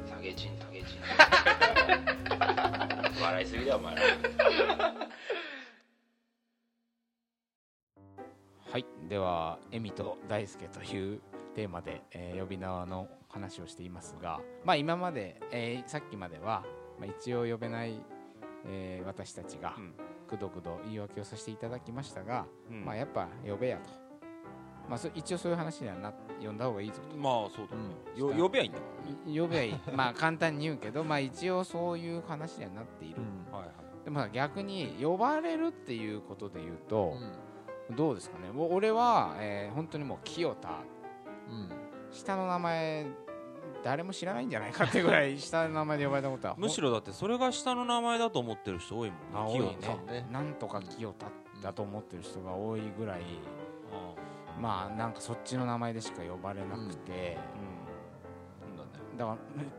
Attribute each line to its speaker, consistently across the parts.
Speaker 1: 人トゲ人笑いすぎだよお前ら
Speaker 2: はいでは「恵美と大輔」というテーマで、えー呼び名の話をしていますが、まあ、今まで、えーさっきまでは、まあ、一応呼べない、えー私たちが
Speaker 3: うん
Speaker 2: くどくど言い訳をさせていただきましたが、
Speaker 3: うん
Speaker 2: まあ、やっぱ呼べやと、まあ、そ一応そういう話にはな呼んだ方がいいぞ
Speaker 3: まあそうだね、
Speaker 2: うん
Speaker 3: よ呼べばいいんだか
Speaker 2: い呼べ ばいいまあ簡単に言うけど、まあ、一応そういう話にはなっている、
Speaker 3: ら、はいはい
Speaker 2: でもさ逆に呼ばれるっていうことで言うと、
Speaker 4: う
Speaker 2: どうですかねもう俺は、えー本当にもう清田
Speaker 4: ん
Speaker 2: 下の名前誰も知らないんじゃないかってぐらい下の名前で呼ばれたこと は
Speaker 3: むし
Speaker 2: ろ
Speaker 3: ろだってそれが下の名前だと思ってる人多いもん
Speaker 2: 多い
Speaker 3: 清
Speaker 2: ね
Speaker 3: 田
Speaker 4: そうね
Speaker 2: なんとか清田だと思ってる人が多いぐらい、
Speaker 3: あ
Speaker 2: まあなんかそっちの名前でしか呼ばれなくて、
Speaker 3: あうんそうだね
Speaker 2: だか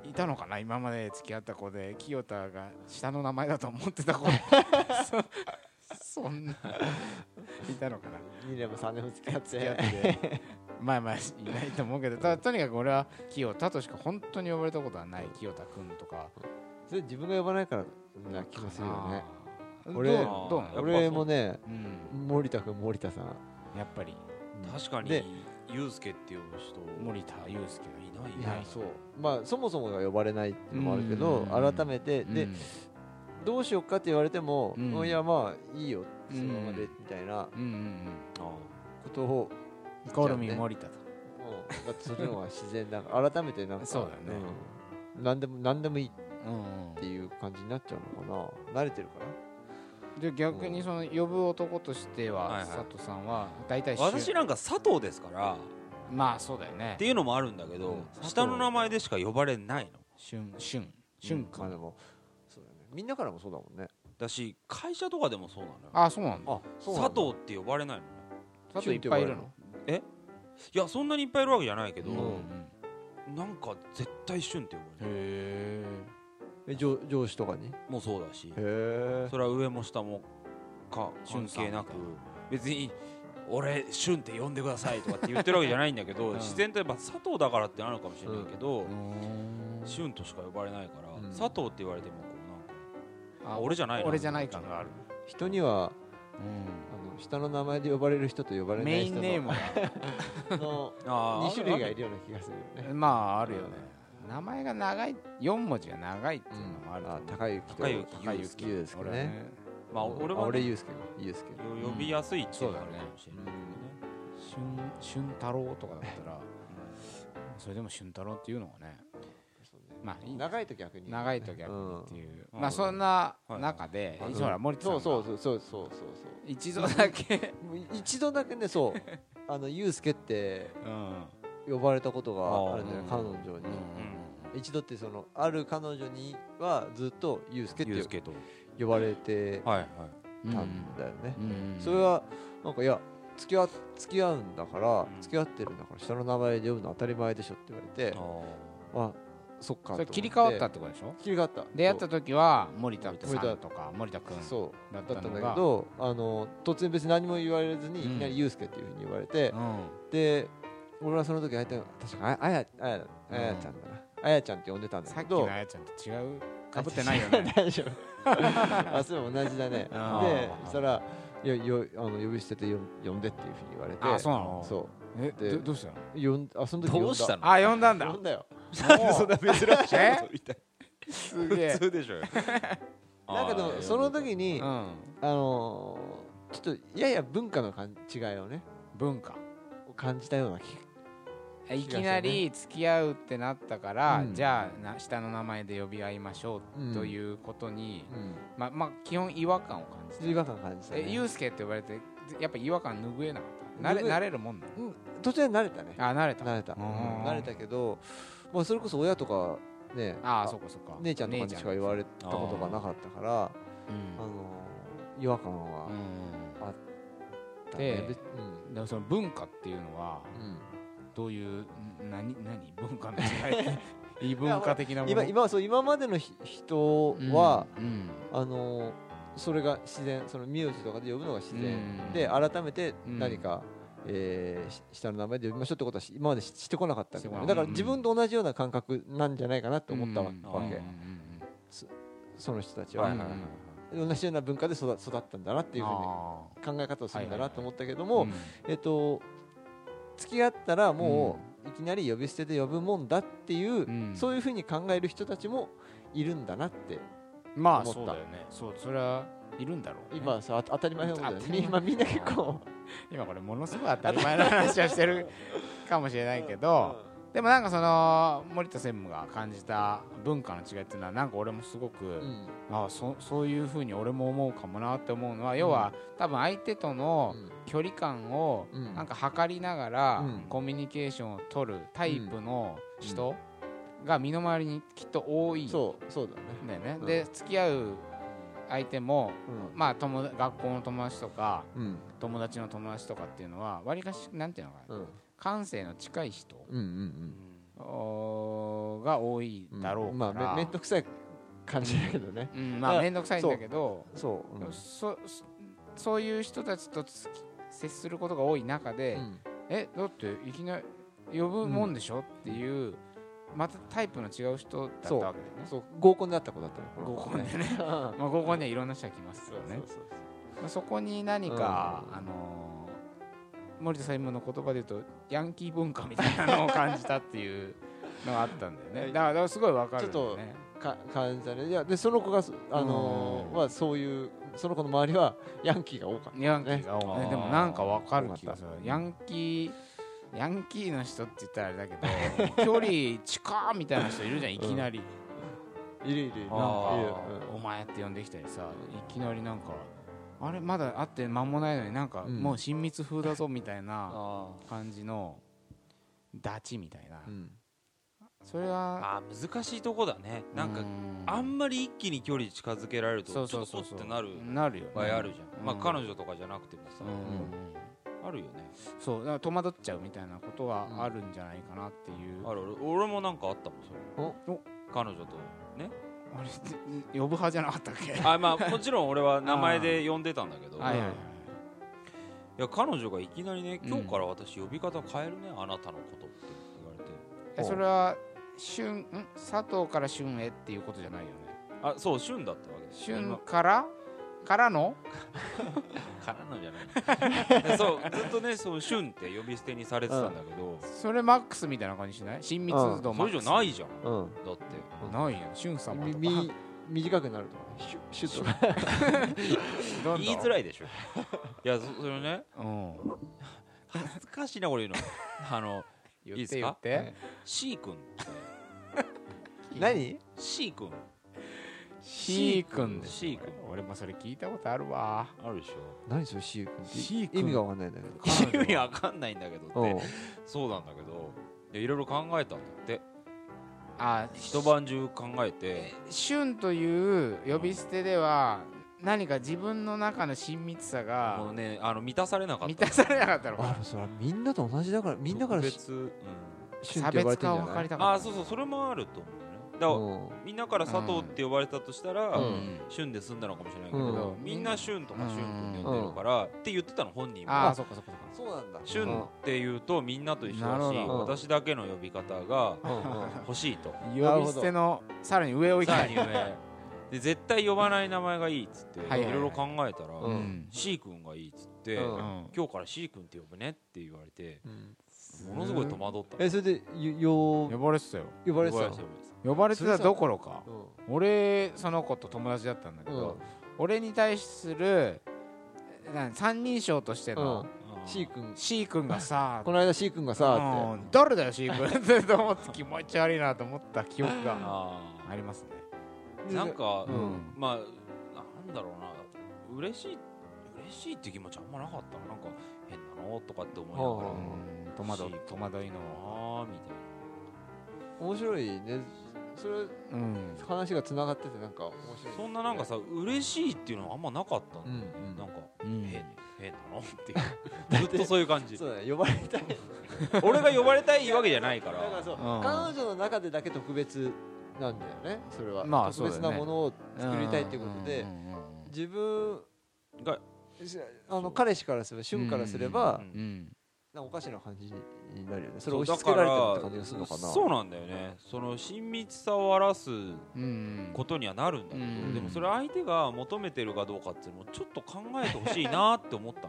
Speaker 2: らいたのかな今まで付き合った子で清田が下の名前だと思っ てた子そそんないたのかな
Speaker 4: 2年も3年も付き合って
Speaker 2: 付き合ってまあまあいないと思うけどたとにかく俺は清田としか本当に呼ばれたことはない清田君とか
Speaker 4: それ自分が呼ばないからな気がするよね
Speaker 2: あー
Speaker 4: 俺
Speaker 2: どうどうな
Speaker 3: やっぱ
Speaker 2: の
Speaker 3: そう
Speaker 4: 俺もね
Speaker 2: うん
Speaker 4: 森田君森田さん
Speaker 2: やっぱり
Speaker 3: 確か
Speaker 4: で
Speaker 3: にユウスケって呼ぶ人
Speaker 2: 森田祐介がい
Speaker 3: いない
Speaker 2: い
Speaker 3: い
Speaker 2: な
Speaker 3: ないい
Speaker 4: そうまあそもそもが呼ばれないっていうのもあるけ
Speaker 2: う
Speaker 4: ど
Speaker 2: ん
Speaker 4: 改めて
Speaker 2: る
Speaker 4: でどうしようかって言われても
Speaker 2: うん
Speaker 4: いやまあいいよ
Speaker 2: うん
Speaker 4: そのままでみたいな
Speaker 2: うんうん
Speaker 3: あ
Speaker 4: ことを
Speaker 2: うんコールミー森田と
Speaker 4: もうだってそれの方が自然だから 改めてなんか
Speaker 2: そうだよね
Speaker 4: うん何でも何でもいいっ
Speaker 2: うん
Speaker 4: ていう感じになっちゃうのかな慣れてるから
Speaker 2: で逆にその呼ぶ男として
Speaker 3: はい
Speaker 2: は
Speaker 3: はい
Speaker 2: 佐藤さんは大体
Speaker 3: あ私
Speaker 2: ら
Speaker 3: なんか佐藤ですから
Speaker 2: まあそうだよね
Speaker 3: っていうのもあるんだけど、
Speaker 2: うん佐藤
Speaker 3: 下の名前でしか呼ばれないの
Speaker 2: 俊俊俊
Speaker 4: まあで
Speaker 2: 君
Speaker 4: もそうだよねみんなからもそうだもんね
Speaker 3: だし会社とかでもそうなのよ
Speaker 2: あそうなんだ
Speaker 4: あ
Speaker 3: 佐藤って呼ばれないのね
Speaker 2: 佐藤いっぱいいるの
Speaker 3: いやそんなにいっぱいいるわけじゃないけ
Speaker 2: う
Speaker 3: ど、
Speaker 2: んうん
Speaker 3: なんか絶対旬って呼ばれ
Speaker 2: へ
Speaker 3: る
Speaker 2: え
Speaker 4: え上上司とかにへ
Speaker 3: もうそうだし
Speaker 4: え
Speaker 3: それは上も下もか
Speaker 2: 関
Speaker 3: 関
Speaker 2: 係
Speaker 3: 係
Speaker 2: な
Speaker 3: な
Speaker 2: く
Speaker 3: く別に俺旬って呼んでくださいとかって言ってるわけじゃないんだけど、
Speaker 2: うん
Speaker 3: 自然とやっぱ佐藤だからってなるかもしれないけど、旬としか呼ばれないから、
Speaker 4: うん
Speaker 3: 佐藤って言われてもこうなんかあ俺じゃないな
Speaker 2: 俺じゃない感がある
Speaker 4: 人にはあ
Speaker 2: う
Speaker 4: の下の名前で呼ばれる人と呼ばれ
Speaker 2: ん
Speaker 4: な
Speaker 2: メ
Speaker 4: い
Speaker 2: イ
Speaker 4: 人
Speaker 2: ン
Speaker 4: の
Speaker 2: ネームは
Speaker 4: の
Speaker 3: あー
Speaker 4: 2種類が
Speaker 3: あ
Speaker 4: いるような気がするよ ね
Speaker 2: まああるよね名前が長い4文字が長いっていうのもあると
Speaker 4: あ
Speaker 2: 思う
Speaker 4: 高雪と
Speaker 3: 高雪
Speaker 4: 高雪祐介
Speaker 2: 俺は
Speaker 4: ね
Speaker 2: ね
Speaker 3: まあ俺は、
Speaker 4: あ
Speaker 3: ね、
Speaker 4: 俺
Speaker 3: よ
Speaker 4: 祐介か祐介
Speaker 3: 呼びやすいっていうのがあるかもしれないけどね、
Speaker 2: 俊俊太郎とかだったらそれでも俊太郎っていうのがねまあいい
Speaker 4: 長いと逆に
Speaker 2: 長いと逆にっていう
Speaker 3: うん
Speaker 2: まあそんな
Speaker 3: はい
Speaker 2: 中で
Speaker 3: はい
Speaker 2: いつもほら森田さん
Speaker 4: そう
Speaker 2: が
Speaker 4: そうそうそうそうそうそ
Speaker 2: 一度だ け
Speaker 4: うもう一度だけねそう あの祐介って
Speaker 2: うん
Speaker 4: 呼ばれたことがあるんだよ
Speaker 2: あ
Speaker 4: 彼
Speaker 2: ー
Speaker 4: 女に一度ってそのある彼女にはずっと祐介っ
Speaker 3: ゆう
Speaker 4: て
Speaker 3: すけと
Speaker 4: 呼ばれて
Speaker 3: はいはい
Speaker 2: うん
Speaker 4: たんだよね
Speaker 2: うん
Speaker 4: それはなんかいや付き合付き合うんだから
Speaker 3: ん
Speaker 4: 付き合ってるんだから下の名前で呼ぶの当たり前でしょって言われて
Speaker 3: あー
Speaker 4: あそっ
Speaker 2: そ
Speaker 4: かと思
Speaker 2: れ
Speaker 4: って
Speaker 2: 切り替わったってことでしょ
Speaker 4: 切り替わった
Speaker 2: 出会った
Speaker 4: そ
Speaker 2: 時は森田さんとか森田君
Speaker 4: うそう
Speaker 2: だっ
Speaker 4: だ
Speaker 2: た
Speaker 4: っ
Speaker 2: の
Speaker 4: たんだけ
Speaker 2: が
Speaker 4: どあの突然別に何も言われずにい
Speaker 2: うん
Speaker 4: きなり「ユうスケ」っていうふうに言われて
Speaker 2: うん
Speaker 4: で俺はその時相手が確かああやあやあやちゃんだなあやちゃんって呼んでたんだ
Speaker 2: さっ
Speaker 4: け
Speaker 2: き
Speaker 4: ど
Speaker 2: のあやちゃんと違うかぶってない よね
Speaker 4: 大丈夫 あそれも同じだね
Speaker 2: あ
Speaker 4: で
Speaker 2: ー
Speaker 4: そしたらいやよあの呼び捨てで呼ん呼んでっていうふうに言われて
Speaker 2: あそうなの
Speaker 4: そう
Speaker 2: え
Speaker 4: で
Speaker 2: どどうしたの
Speaker 4: 呼んあその時呼んだ
Speaker 3: どうしたの
Speaker 2: あ呼んだん だ
Speaker 4: 呼んだよ
Speaker 2: そんな珍しい
Speaker 3: そう言いたい
Speaker 2: すげ
Speaker 3: 普
Speaker 2: え
Speaker 3: 通でしょ
Speaker 4: だけどその時に、
Speaker 2: う
Speaker 4: あ
Speaker 2: ん
Speaker 4: のーちょっとやや文化のかん違いをね
Speaker 2: 文化
Speaker 4: 感じたような気
Speaker 2: いきなり付き合うってなったから、
Speaker 4: うん
Speaker 2: じゃあな下の名前で呼び合いましょうということに、
Speaker 4: う
Speaker 2: まあまあ基本違和感を感じ
Speaker 4: ん、違和感感じた、
Speaker 2: て、
Speaker 4: ね
Speaker 2: え、ゆうすけって呼ばれてやっぱ違和感拭えなかった慣れ
Speaker 4: 拭え
Speaker 2: 慣れるもんな
Speaker 4: うん、途中で慣れたね
Speaker 2: のあ慣れた
Speaker 4: 慣れた、
Speaker 2: うん
Speaker 4: 慣れたけど、まあ、それこそ親とかね
Speaker 2: ああそうかそうか
Speaker 4: 姉ちゃんとかにしか言われたことがなかったからあ
Speaker 2: うん
Speaker 4: のー違和感は
Speaker 2: う
Speaker 4: あ
Speaker 2: ん
Speaker 4: ったね、
Speaker 2: で
Speaker 4: 別うん
Speaker 2: でもその文化っていうのはどういうん何何文化の違い異文化的な
Speaker 4: う
Speaker 2: も
Speaker 4: ん、
Speaker 2: の
Speaker 4: 今今そう今までのひ人は、
Speaker 2: うんうん
Speaker 4: あのーそれが自然その名字とかで呼ぶのが自然、
Speaker 2: うん
Speaker 4: で改めて
Speaker 2: うん
Speaker 4: 何かえーし下の名前で呼びましょうってことはし今までししてこなかったみた
Speaker 2: し
Speaker 4: い
Speaker 2: てこなか
Speaker 4: な
Speaker 2: った
Speaker 4: だから自分と同じような感覚なんじゃないかなと思ったわ,、
Speaker 2: うん
Speaker 4: わけ、
Speaker 2: うん
Speaker 4: その人たち
Speaker 2: うんうん
Speaker 4: は、
Speaker 2: はいはいはい
Speaker 4: 同じような文化で育育ったんだなっていうふうに
Speaker 2: あ
Speaker 4: 考え方をするん
Speaker 2: は
Speaker 4: だ
Speaker 2: いはいはい
Speaker 4: なと思ったけど
Speaker 2: ー
Speaker 4: も、
Speaker 2: うん
Speaker 4: えっと付き合ったらもういきなり呼び捨てで呼ぶもんだってい
Speaker 2: う
Speaker 4: う、
Speaker 2: ん
Speaker 4: そういうふうに考える人たちもいるんだなって
Speaker 2: まあ
Speaker 4: 思った
Speaker 2: そうだよねそうそれはいるんだろうね
Speaker 4: 今さあ当たり前のことだよ
Speaker 2: 当
Speaker 4: ね
Speaker 2: たり前
Speaker 4: み今みんな結構
Speaker 2: 今これものすごい当たり前の話をしてるかもしれないけどでもなんかその森田専務が感じた文化の違いっていうのはなんか俺もすごく、
Speaker 4: うん
Speaker 2: ああそそういうふうに俺も思うかもなって思うのは要は、多分相手との
Speaker 4: うん
Speaker 2: 距離感を
Speaker 4: うん
Speaker 2: なんか測りながら、
Speaker 4: うん
Speaker 2: コミュニケーションを取るタイプの人が身の回りにきっと多いんだよ
Speaker 4: そうそうだね
Speaker 2: ね。
Speaker 4: うん
Speaker 2: で付き合う相手も、
Speaker 4: う
Speaker 2: まあ、友達学校の友達とか
Speaker 4: んうん
Speaker 2: 友達の友達とかっていうのはわりかしなんていうのかな、
Speaker 4: うん
Speaker 2: 感性の近い人
Speaker 4: うんうん
Speaker 2: おーが多い
Speaker 4: うん
Speaker 2: だろうから、
Speaker 4: まあめ面倒くさい感じだけどね
Speaker 2: うんまあ、面倒くさいんだけど。
Speaker 4: そううん
Speaker 2: そそそういう人たちとつき接することが多い中で、
Speaker 4: うん
Speaker 2: えだっていきなり呼ぶもんでしょ、っていうまたタイプの違う人だったわけだよね
Speaker 4: そう合コンであった子だったのこの
Speaker 2: 合
Speaker 4: 子
Speaker 2: コンで ね、
Speaker 4: うん
Speaker 2: まあ、合コンにはいろんな人が来ますよね
Speaker 4: そうそう
Speaker 2: まあそこに何か、
Speaker 4: うん
Speaker 2: あのー森田専務の言葉で言うとヤンキー文化みたいなのを感じたっていうのがあったんだよねだからだからすごいわかるんだよね
Speaker 4: か感じたねいやでその子がそあのーはそういうその子の周りはヤンキーが多かっ
Speaker 2: ヤンキーが多いね
Speaker 3: ね
Speaker 2: でもなんかわかる気がする
Speaker 4: 多かった
Speaker 2: ヤンキーヤンキーの人って言ったらあれだけど距離近っみたいな人いるじゃんいきなり、
Speaker 4: たいるいるいる
Speaker 3: あー
Speaker 4: いる
Speaker 2: お前って呼んできたりさいきなりなんかあれまだ会って間もないのになんか
Speaker 4: うん
Speaker 2: もう親密風だぞみたいな
Speaker 3: あ
Speaker 2: 感じのダチみたいな、
Speaker 4: うんうん
Speaker 2: それは
Speaker 3: あー難しいとこだねなんか
Speaker 2: う
Speaker 3: あんまり一気に距離近づけられるとち
Speaker 2: そ
Speaker 3: ょ
Speaker 2: う
Speaker 3: っと
Speaker 2: そう
Speaker 3: お
Speaker 2: そう
Speaker 3: っ
Speaker 2: そう
Speaker 3: てなる
Speaker 2: なるよ、ね、
Speaker 3: 場合あるじゃん、
Speaker 2: うん
Speaker 3: まあ彼女とかじゃなくてもさ、
Speaker 2: うん
Speaker 3: あるよね
Speaker 2: そうだから戸惑っちゃうみたいなことはあるんじゃないかなっていう、
Speaker 3: あるある俺もなんかあったもんそれ
Speaker 2: お
Speaker 3: 彼女とね
Speaker 2: あれ呼ぶ派じゃなかったっけ
Speaker 3: あまあもちろん俺は名前で呼んでたんだけど
Speaker 2: はいはいはいい
Speaker 3: や彼女がいきなりね
Speaker 2: うん
Speaker 3: 今日から私呼び方変えるね、あなたのことって言われて
Speaker 2: えそれは旬ん佐藤から旬へっていうことじゃないよね
Speaker 3: あそう旬だったわけです
Speaker 2: 旬
Speaker 3: 今
Speaker 2: からからの
Speaker 3: からのじゃない そうずっとねそう旬って呼び捨てにされてたんだけど、
Speaker 2: それマックスみたいな感じしない親密度
Speaker 3: そ
Speaker 2: マッ
Speaker 3: れ
Speaker 2: ク
Speaker 3: 以
Speaker 2: ス
Speaker 3: 上ないじゃん
Speaker 4: うん
Speaker 3: だって
Speaker 2: ないよ旬様
Speaker 4: み
Speaker 2: とか
Speaker 4: み短くなるとかねシュッシュッとか
Speaker 2: どんどん
Speaker 3: 言いづらいでしょいやそそれね
Speaker 2: うん
Speaker 3: 恥ずかしいなこれ言うの あの
Speaker 2: 言
Speaker 3: いいで
Speaker 2: っ
Speaker 3: す
Speaker 2: て
Speaker 3: か
Speaker 2: 言って、
Speaker 3: C 君
Speaker 4: 何
Speaker 3: C 君
Speaker 2: C 君です
Speaker 3: C 君
Speaker 2: 俺もそれ聞いたことあるわ
Speaker 3: あるでしょ
Speaker 4: 何それシー君って
Speaker 2: シー君
Speaker 4: 意味がわかんないんだけど
Speaker 2: 彼女 は
Speaker 3: 意味わかんないんだけどっ
Speaker 4: うん
Speaker 3: てそうなんだけどでいろいろ考えたんだって
Speaker 2: あ
Speaker 3: 一晩中考えて
Speaker 2: 旬という呼び捨てでは何か自分の中の親密さ
Speaker 3: も
Speaker 2: が
Speaker 3: うねあの満たされなかった
Speaker 2: 満たされなかったの
Speaker 4: あ
Speaker 2: か
Speaker 4: でもそれはみんなと同じだからみんなからシ
Speaker 3: 特別、うん、
Speaker 4: シュン
Speaker 2: 差
Speaker 4: って呼ばれ
Speaker 2: 別
Speaker 4: てん
Speaker 2: 化を
Speaker 4: じゃ
Speaker 2: 図
Speaker 4: ない
Speaker 2: りたか
Speaker 3: あ
Speaker 2: っ
Speaker 3: あ
Speaker 2: た
Speaker 3: そうそうそれもあると思うんだよねだから、
Speaker 4: うん
Speaker 3: みんなから佐藤って呼ばれたとしたら、
Speaker 4: うん
Speaker 3: 旬で済んだのかもしれないけど、
Speaker 4: うん
Speaker 3: みんな旬とか
Speaker 2: うん
Speaker 3: 旬君って呼んでるから、って言ってたの本人
Speaker 2: あ
Speaker 3: も
Speaker 2: あそっかそっかそっか
Speaker 4: そうなんだ
Speaker 3: 旬って言うとみんなと一緒
Speaker 2: な
Speaker 3: だ
Speaker 2: る
Speaker 3: し、
Speaker 2: ほど
Speaker 3: 私だけの呼び方が
Speaker 4: うんうん
Speaker 3: 欲しいと
Speaker 4: な
Speaker 2: 呼
Speaker 4: る
Speaker 2: び
Speaker 4: ほど
Speaker 2: 捨てのさらに上を行き
Speaker 3: さ
Speaker 2: た
Speaker 3: ら
Speaker 2: い
Speaker 3: に上で絶対呼ばない名前がいいっつって、
Speaker 2: い
Speaker 3: い
Speaker 2: はいはい
Speaker 3: ろいろ考えたら、
Speaker 4: うん
Speaker 2: うん、
Speaker 3: C 君がいいっつって、
Speaker 4: うん
Speaker 3: 今日から C 君って呼ぶねって言われて
Speaker 4: うん
Speaker 3: ものすごい戸惑った
Speaker 4: えそれでよよ
Speaker 2: 呼ばれてたよ
Speaker 4: 呼ばれてた
Speaker 3: 呼ば
Speaker 4: の
Speaker 2: 呼ばれてたどころか
Speaker 4: うん
Speaker 2: 俺その子と友達だったんだけ
Speaker 4: う
Speaker 2: ど、
Speaker 4: ん
Speaker 2: 俺に対するなん三人称として
Speaker 4: う
Speaker 2: の
Speaker 4: ん C 君
Speaker 2: C 君がさ
Speaker 4: この間 C 君がさ
Speaker 2: う、ん誰だよ C 君って思って気持ち悪いなと思った記憶が
Speaker 3: あ
Speaker 2: ありますね
Speaker 4: って
Speaker 3: ーなんか、
Speaker 4: うん
Speaker 3: まあなんだろうな嬉しい嬉しいって気持ちあんまなかったななんか変なのとかって思いながら
Speaker 4: う、
Speaker 2: うん戸惑う
Speaker 3: C
Speaker 2: 戸惑いの
Speaker 3: ああみたいな
Speaker 4: 面白いねそれ
Speaker 2: うん
Speaker 4: 話がつながっててなんか面白い
Speaker 3: そんななんかさ嬉しいっていうのはあんまなかったんだよね、
Speaker 4: うんうん
Speaker 3: なんか
Speaker 2: うん
Speaker 3: 変変なのっていうずっとそういう感じ
Speaker 4: そうだね呼ばれたい
Speaker 3: 俺が呼ばれたいわけじゃないか
Speaker 4: だ
Speaker 3: ら
Speaker 4: からそう、
Speaker 2: うん
Speaker 4: 彼女の中でだけ特別なんだよねそれは、
Speaker 2: まあ
Speaker 4: 特別な
Speaker 2: そうだよね
Speaker 4: ものを作りたいっていうことで、
Speaker 2: うんうんうん
Speaker 4: 自分
Speaker 3: が
Speaker 4: あの彼氏からすれば趣味からすれば
Speaker 3: うん
Speaker 2: うん
Speaker 4: なんかおかしな感じになるよねそれ押し付けられてるって感じがするのかな
Speaker 3: そうなんだよねその親密さを表す
Speaker 2: うん
Speaker 3: ことにはなるんだけど、
Speaker 2: うん
Speaker 3: でもそれ相手が求めてるかどうかっていうのもちょっと考えてほしいなって思っ たの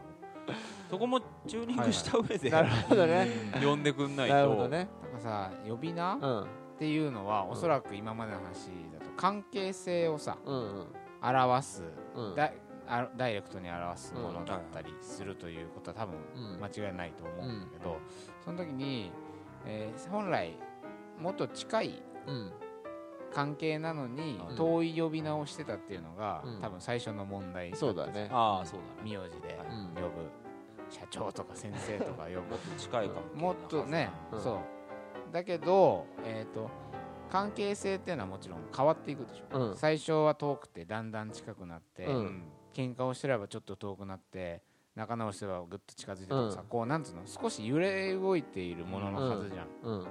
Speaker 3: そこもチューニングした上で、
Speaker 4: な るほどね
Speaker 3: 呼んでくんないと
Speaker 4: なるほどね
Speaker 2: なんかさ呼び名っ
Speaker 4: うん
Speaker 2: ていうのは
Speaker 4: ん
Speaker 2: おそらく今までの話だと関係性をさ
Speaker 4: うんうん
Speaker 2: 表す
Speaker 4: うん
Speaker 2: ダイあダイレクトに表すものだったりするということは多分
Speaker 4: うん
Speaker 2: 間違いないと思うんだけどその時に、えー本来もっと近い
Speaker 4: うん
Speaker 2: 関係なのに
Speaker 4: うん
Speaker 2: 遠い呼び名をしてたっていうのが、
Speaker 4: うん
Speaker 2: 多分最初の問題
Speaker 4: そうだね
Speaker 3: ああそうだ
Speaker 2: 名
Speaker 3: ね
Speaker 2: 字で
Speaker 3: はい
Speaker 4: うん
Speaker 2: 呼ぶ社長とか先生と か呼
Speaker 3: もっと近い関係
Speaker 2: ぶ
Speaker 3: な
Speaker 2: もっとね、
Speaker 4: うん
Speaker 2: そうだけど、えー、と関係性っていうのはもちろん変わっていくでしょ、
Speaker 4: うん
Speaker 2: 最初は遠くてだんだん近くなって、
Speaker 4: うん
Speaker 2: 喧嘩をしてればちょっと遠くなって仲直してればぐっと近づいてとかさ、
Speaker 4: うん
Speaker 2: こうなんつうの少し揺れ動いているもののはずじゃん、
Speaker 4: うん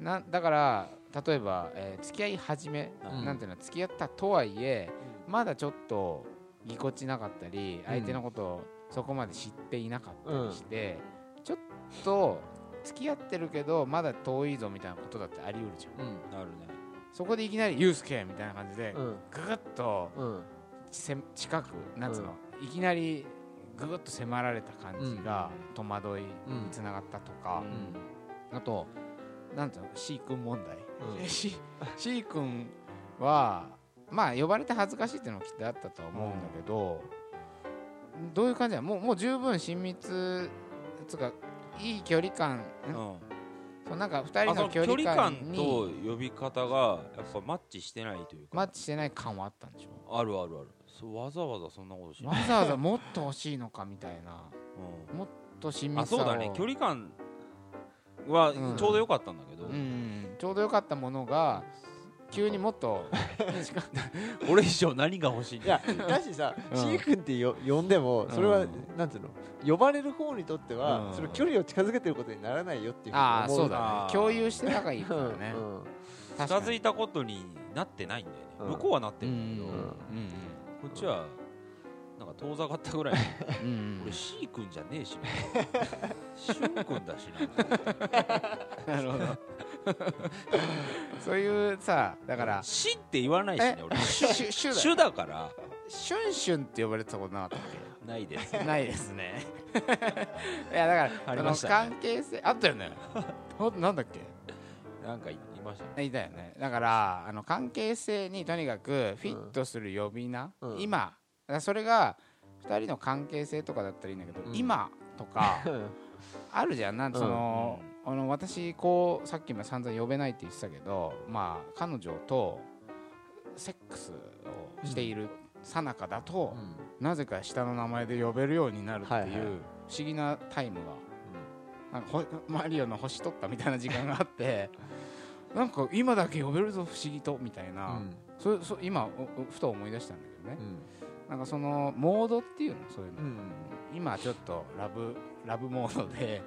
Speaker 2: なだから例えば、えー付き合い始め、
Speaker 4: うん
Speaker 2: なんていうの付き合ったとはいえまだちょっとぎこちなかったり、相手のことをそこまで知っていなかったりして、ちょっと付き合ってるけどまだ遠いぞみたいなことだってあり得るじゃん
Speaker 4: うん
Speaker 3: なるね
Speaker 2: そこでいきなり「ユうスケ」みたいな感じで、
Speaker 4: うん
Speaker 2: ぐぐっと
Speaker 4: うん
Speaker 2: せ近くなんつうの、いきなりぐぐっと迫られた感じが戸惑いにつながったとか。
Speaker 4: うん
Speaker 2: あと、なんていうの、C 君問題。
Speaker 4: うん
Speaker 2: C, C 君は、まあ、呼ばれて恥ずかしいっていうのもきっとあったとは思うんだけど、どういう感じなのもうもう十分親密つうか、いい距離感、ん
Speaker 3: うん
Speaker 2: そうなんか2
Speaker 3: あ
Speaker 2: 人
Speaker 3: そ
Speaker 2: の
Speaker 3: の
Speaker 2: 距
Speaker 3: 距離
Speaker 2: 離
Speaker 3: 感
Speaker 2: 感
Speaker 3: と
Speaker 2: に
Speaker 3: 呼び方がやっぱマッチしてないというか
Speaker 2: マッチしてない感はあったんでしょ
Speaker 3: あるあるあるそうわざわざそんなことしな
Speaker 2: わ
Speaker 3: い、
Speaker 2: ざわざもっと欲しいのかみたいな、と親
Speaker 3: うん、あ
Speaker 2: 密さを
Speaker 3: そうだね距離感は
Speaker 2: うん
Speaker 3: ちょうど良かったんだけど、
Speaker 2: うん、ちょうどよかったものが、急にもっ と近く
Speaker 3: これ以上何が欲しいん
Speaker 4: い
Speaker 3: だ
Speaker 4: やだしさ
Speaker 2: うん
Speaker 4: C 君ってよ呼んでもそれ
Speaker 2: う
Speaker 4: は
Speaker 2: ん
Speaker 4: なんていうの呼ばれる方にとって
Speaker 2: う
Speaker 4: は
Speaker 2: ん
Speaker 4: その距離を近づけてることにならないよっていうふうに
Speaker 2: ああ
Speaker 4: 思
Speaker 2: そうう
Speaker 3: あ
Speaker 2: だ
Speaker 3: ー
Speaker 2: ね共有して仲いいか
Speaker 4: う
Speaker 2: ら
Speaker 4: ん
Speaker 2: ね
Speaker 4: うん
Speaker 2: 確
Speaker 3: 近
Speaker 2: か
Speaker 3: づ
Speaker 2: に
Speaker 3: いたことになってないんだよね、
Speaker 4: うん
Speaker 3: 向こうはなって
Speaker 2: う
Speaker 3: る
Speaker 2: ん
Speaker 3: んだけど、
Speaker 4: うん
Speaker 3: こっちはなんか遠ざかったぐらい
Speaker 2: うんうん
Speaker 3: 俺 C 君じゃねえしな俊君だし
Speaker 2: なるほど そういうさだか
Speaker 3: な
Speaker 2: ら
Speaker 3: C って言わないしね俺
Speaker 2: シュシュシュだ
Speaker 3: 主だから
Speaker 2: シュンシュンって呼ばれてたことなかったっ
Speaker 3: ないです
Speaker 2: けないで すねいやだか
Speaker 3: あ
Speaker 2: ら
Speaker 3: り
Speaker 2: そ
Speaker 3: ま
Speaker 2: の
Speaker 3: したね
Speaker 2: 関係性あったよねほんなんだっけ
Speaker 3: なんか言いましたね
Speaker 2: いたよねだからあの関係性にとにかくフィットする呼び名、
Speaker 4: うん
Speaker 2: 今だからそれが2人の関係性とかだったらいいんだけど、
Speaker 4: うん
Speaker 2: 今とか
Speaker 4: うん
Speaker 2: あるじゃんなん
Speaker 4: うん
Speaker 2: その,、あの私こうさっきも散々呼べないって言ってたけどまあ彼女とセックスをしている最中だと、なぜか下の名前で呼べるようになるっていう、
Speaker 4: はいはい
Speaker 2: 不思議なタイムがなんかほマリオの星取ったみたいな時間があって なんか今だけ呼べるぞ不思議とみたいな、そそ今おおふと思い出したんだけどね、なんかそのモードっていうのそういうの、今ちょっとラブラブモードで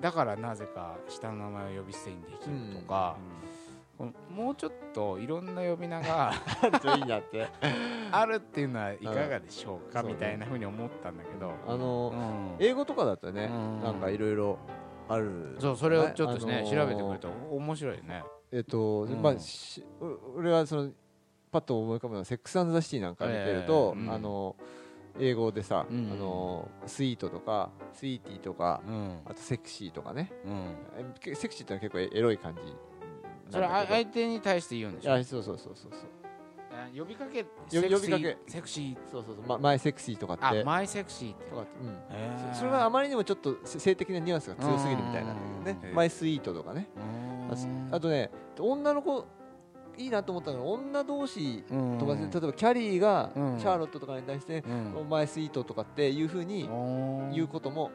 Speaker 2: だからなぜか下の名前を呼び捨てにできるとか、このもうちょっといろんな呼び名が
Speaker 4: あるといいなって
Speaker 2: あるっていうのはいかがでしょうか、
Speaker 4: うん
Speaker 2: みたいなふうに思ったんだけど、
Speaker 4: あの
Speaker 2: うん
Speaker 4: 英語とかだとね
Speaker 2: うん
Speaker 4: なんかいろいろある
Speaker 2: そうそれをちょっとね、
Speaker 4: あのー
Speaker 2: 調べてくれたら面白いよね
Speaker 4: えっと
Speaker 2: うん
Speaker 4: まあしう俺はそのパッと思い浮かぶのはセックスザシティなんか見てると
Speaker 2: ええうん
Speaker 4: あの英語でさあ
Speaker 2: うん
Speaker 4: のスイートとかスイーティーとか
Speaker 2: うん
Speaker 4: あとセクシーとかね
Speaker 2: うん
Speaker 4: えけセクシーってのは結構エロい感じなんだけど
Speaker 2: それあ相手に対して言うんでしょ
Speaker 4: あそうそうそうそうそう
Speaker 2: あ呼びかけ
Speaker 4: 呼び
Speaker 2: セクシー
Speaker 4: 呼びかけ
Speaker 2: セクシー
Speaker 4: そうそうそう、ま、前セクシーとかって
Speaker 2: あマイセクシーって
Speaker 4: とかってうん
Speaker 2: へー
Speaker 4: そそれはあまりにもちょっとせ性的なニュアンスが強すぎるみたいなんだけど
Speaker 2: うん
Speaker 4: ねマイスイートとかね
Speaker 2: うーん
Speaker 4: あそあとね女の子いいなと思ったのが女同士
Speaker 2: うん
Speaker 4: とかで例えばキャリーがシ
Speaker 2: う
Speaker 4: ャ
Speaker 2: ん
Speaker 4: ーロットとかに対して
Speaker 2: う
Speaker 4: お
Speaker 2: ん
Speaker 4: 前スイートとかっていうふうに言うことも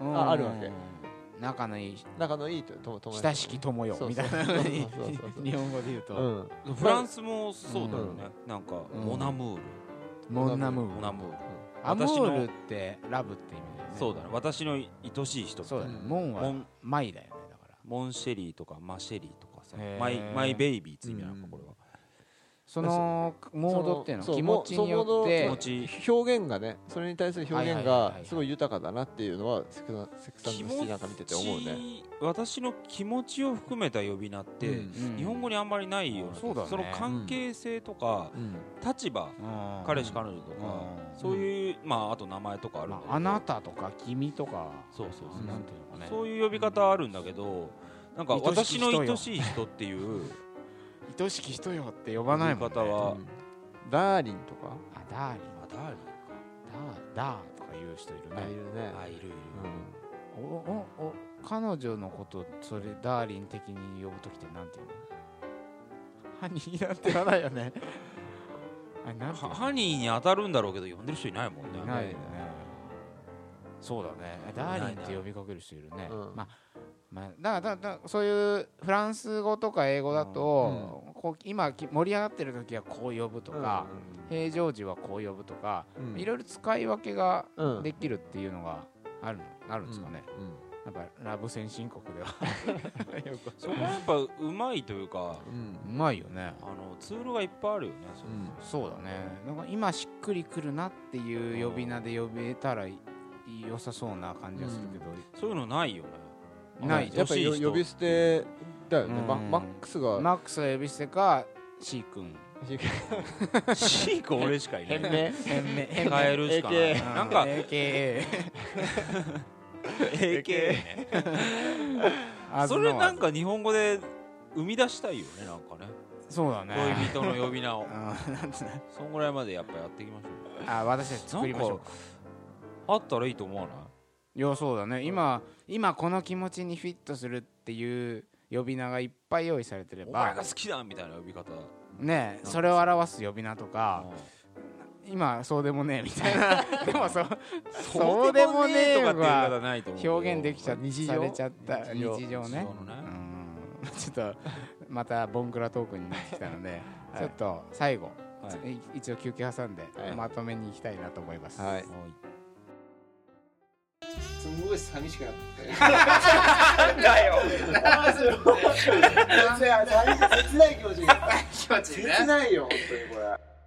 Speaker 2: うん
Speaker 4: ああるわけ
Speaker 2: 仲のいい
Speaker 4: 仲のいいと友達
Speaker 2: 親しき友よ
Speaker 4: そう
Speaker 2: み
Speaker 4: そ
Speaker 2: た
Speaker 4: う
Speaker 2: いなふうに
Speaker 4: そうそうそうそ う
Speaker 2: 日本語で言うと、
Speaker 4: うん
Speaker 3: フランスもそうだよねなんか
Speaker 2: うん
Speaker 3: モナムール
Speaker 2: モンナムー
Speaker 3: モ
Speaker 2: ル
Speaker 3: ナムール
Speaker 2: アム
Speaker 3: 私の
Speaker 2: ールってラブって意味だよね
Speaker 3: そうだね私の愛しい人
Speaker 2: そうだね
Speaker 4: うん
Speaker 2: モン
Speaker 3: モ
Speaker 2: は
Speaker 3: ン
Speaker 2: マイだよねだから
Speaker 3: モンシェリーとかマシェリーとかさ
Speaker 2: へー
Speaker 3: マイマイベイビーって意味なの
Speaker 4: う
Speaker 3: か
Speaker 4: ん
Speaker 3: これは
Speaker 2: そのモードっていうの
Speaker 4: そ
Speaker 2: 気持ちによっ
Speaker 4: そ
Speaker 2: て
Speaker 4: の
Speaker 3: 気持ち
Speaker 4: 表現がねそれに対する表現
Speaker 2: はいはいはい
Speaker 4: が
Speaker 2: はい
Speaker 4: すごい豊かだなっていうのはセクさんセクさん
Speaker 3: 気
Speaker 4: の
Speaker 3: 持
Speaker 4: 好
Speaker 3: ち
Speaker 4: きなんか見てて思うね
Speaker 3: 私の気持ちを含めた呼び名って、
Speaker 4: うん
Speaker 3: 日本語にあんまりないような気がする
Speaker 2: そうだね
Speaker 3: その関係性とか、立場
Speaker 2: うん
Speaker 3: 彼氏彼女とか、
Speaker 2: うん
Speaker 3: そういう、まああと名前とかあるんだ
Speaker 2: ま
Speaker 3: けど、
Speaker 2: ああなたとか君とか
Speaker 3: そうそうそう、
Speaker 2: なんていうのかね
Speaker 3: そういう呼び方あるんだけどなんか
Speaker 2: 愛し
Speaker 3: 私
Speaker 2: き
Speaker 3: の
Speaker 2: 人よ
Speaker 3: 愛しい人っていう
Speaker 2: 愛しき人よって呼ばないもんね
Speaker 3: 呼び方は
Speaker 4: う
Speaker 2: あ
Speaker 3: あ
Speaker 4: んダーリンとか
Speaker 2: ダーリン
Speaker 3: あだ
Speaker 2: ダーダーとか言う人いる
Speaker 4: ああい
Speaker 2: ね
Speaker 4: うね
Speaker 3: あいるいる、
Speaker 4: う
Speaker 2: おおお彼女のことそれダーリン的に呼ぶ時ってなん ていうのハニーなんて言わないよねあれなんて言う
Speaker 3: は
Speaker 2: の
Speaker 3: ハニーに当たるんだろうけど呼んでる人いないもんね
Speaker 2: いないよねそうだねダーリンって呼びかける人いるね
Speaker 4: うん
Speaker 2: まあまあ、だからだからそういうフランス語とか英語だと、こう今き盛り上がってる時はこう呼ぶと
Speaker 4: ん
Speaker 2: か、平常時はこう呼ぶとか、
Speaker 4: うん
Speaker 2: いろいろ使い分けが
Speaker 4: うん
Speaker 2: できるっていうのがあるのあるんですかね、
Speaker 4: う
Speaker 2: やっぱラブ先進国ではよく
Speaker 3: そこはやっぱうまいというか
Speaker 4: ん
Speaker 2: う
Speaker 4: うん
Speaker 2: まいよね
Speaker 3: あのツールがいっぱいあるよね、そううん
Speaker 2: そうだねなんか今しっくりくるなっていう呼び名で呼べたらい良さそうな感じがするけど、
Speaker 3: そういうのないよね
Speaker 2: ない
Speaker 3: あの
Speaker 4: やっ
Speaker 3: 欲
Speaker 4: ぱ
Speaker 3: しい
Speaker 4: り
Speaker 3: 人
Speaker 4: 呼び捨てだよね
Speaker 2: うん
Speaker 4: ママックスが
Speaker 2: マックスが呼び捨てか C 君
Speaker 3: シーク俺しかいない
Speaker 2: 名変名変
Speaker 3: 変えるしかない
Speaker 2: 名
Speaker 3: なんか
Speaker 2: AKA
Speaker 3: AK それなんか日本語で生み出したいよねなんかね
Speaker 2: そうだね
Speaker 3: 恋人の呼び名を
Speaker 2: うんなんつうの
Speaker 3: そんぐらいまでやっぱやっていきましょ
Speaker 2: あ私たち作りましょうか
Speaker 3: うあったらいいと思わない
Speaker 2: いやそうだね今今この気持ちにフィットするっていう呼び名がいっぱい用意されてれ
Speaker 3: お前
Speaker 2: ば
Speaker 3: が好きだみたいな呼び方
Speaker 2: ねそれを表す呼び名とか今そうでもねえみたいなでもそうそうでもね
Speaker 3: と
Speaker 2: え
Speaker 3: かっていう言い
Speaker 2: は
Speaker 3: 方ないと思うけど
Speaker 2: 表現できちゃっ
Speaker 4: 日常
Speaker 2: されちゃった
Speaker 4: 日
Speaker 2: 日
Speaker 4: 常
Speaker 2: 常
Speaker 3: 日
Speaker 2: ね
Speaker 3: 常のね
Speaker 2: うん ちょっとまたボンクラトークになってきたのでちょっと最後
Speaker 3: はい
Speaker 2: い一応休憩挟んで
Speaker 4: はい
Speaker 2: まとめに行きたいなと思います
Speaker 4: はいすごい寂しくなってなんだよ切ない気持ちが切ないよ本当にこれ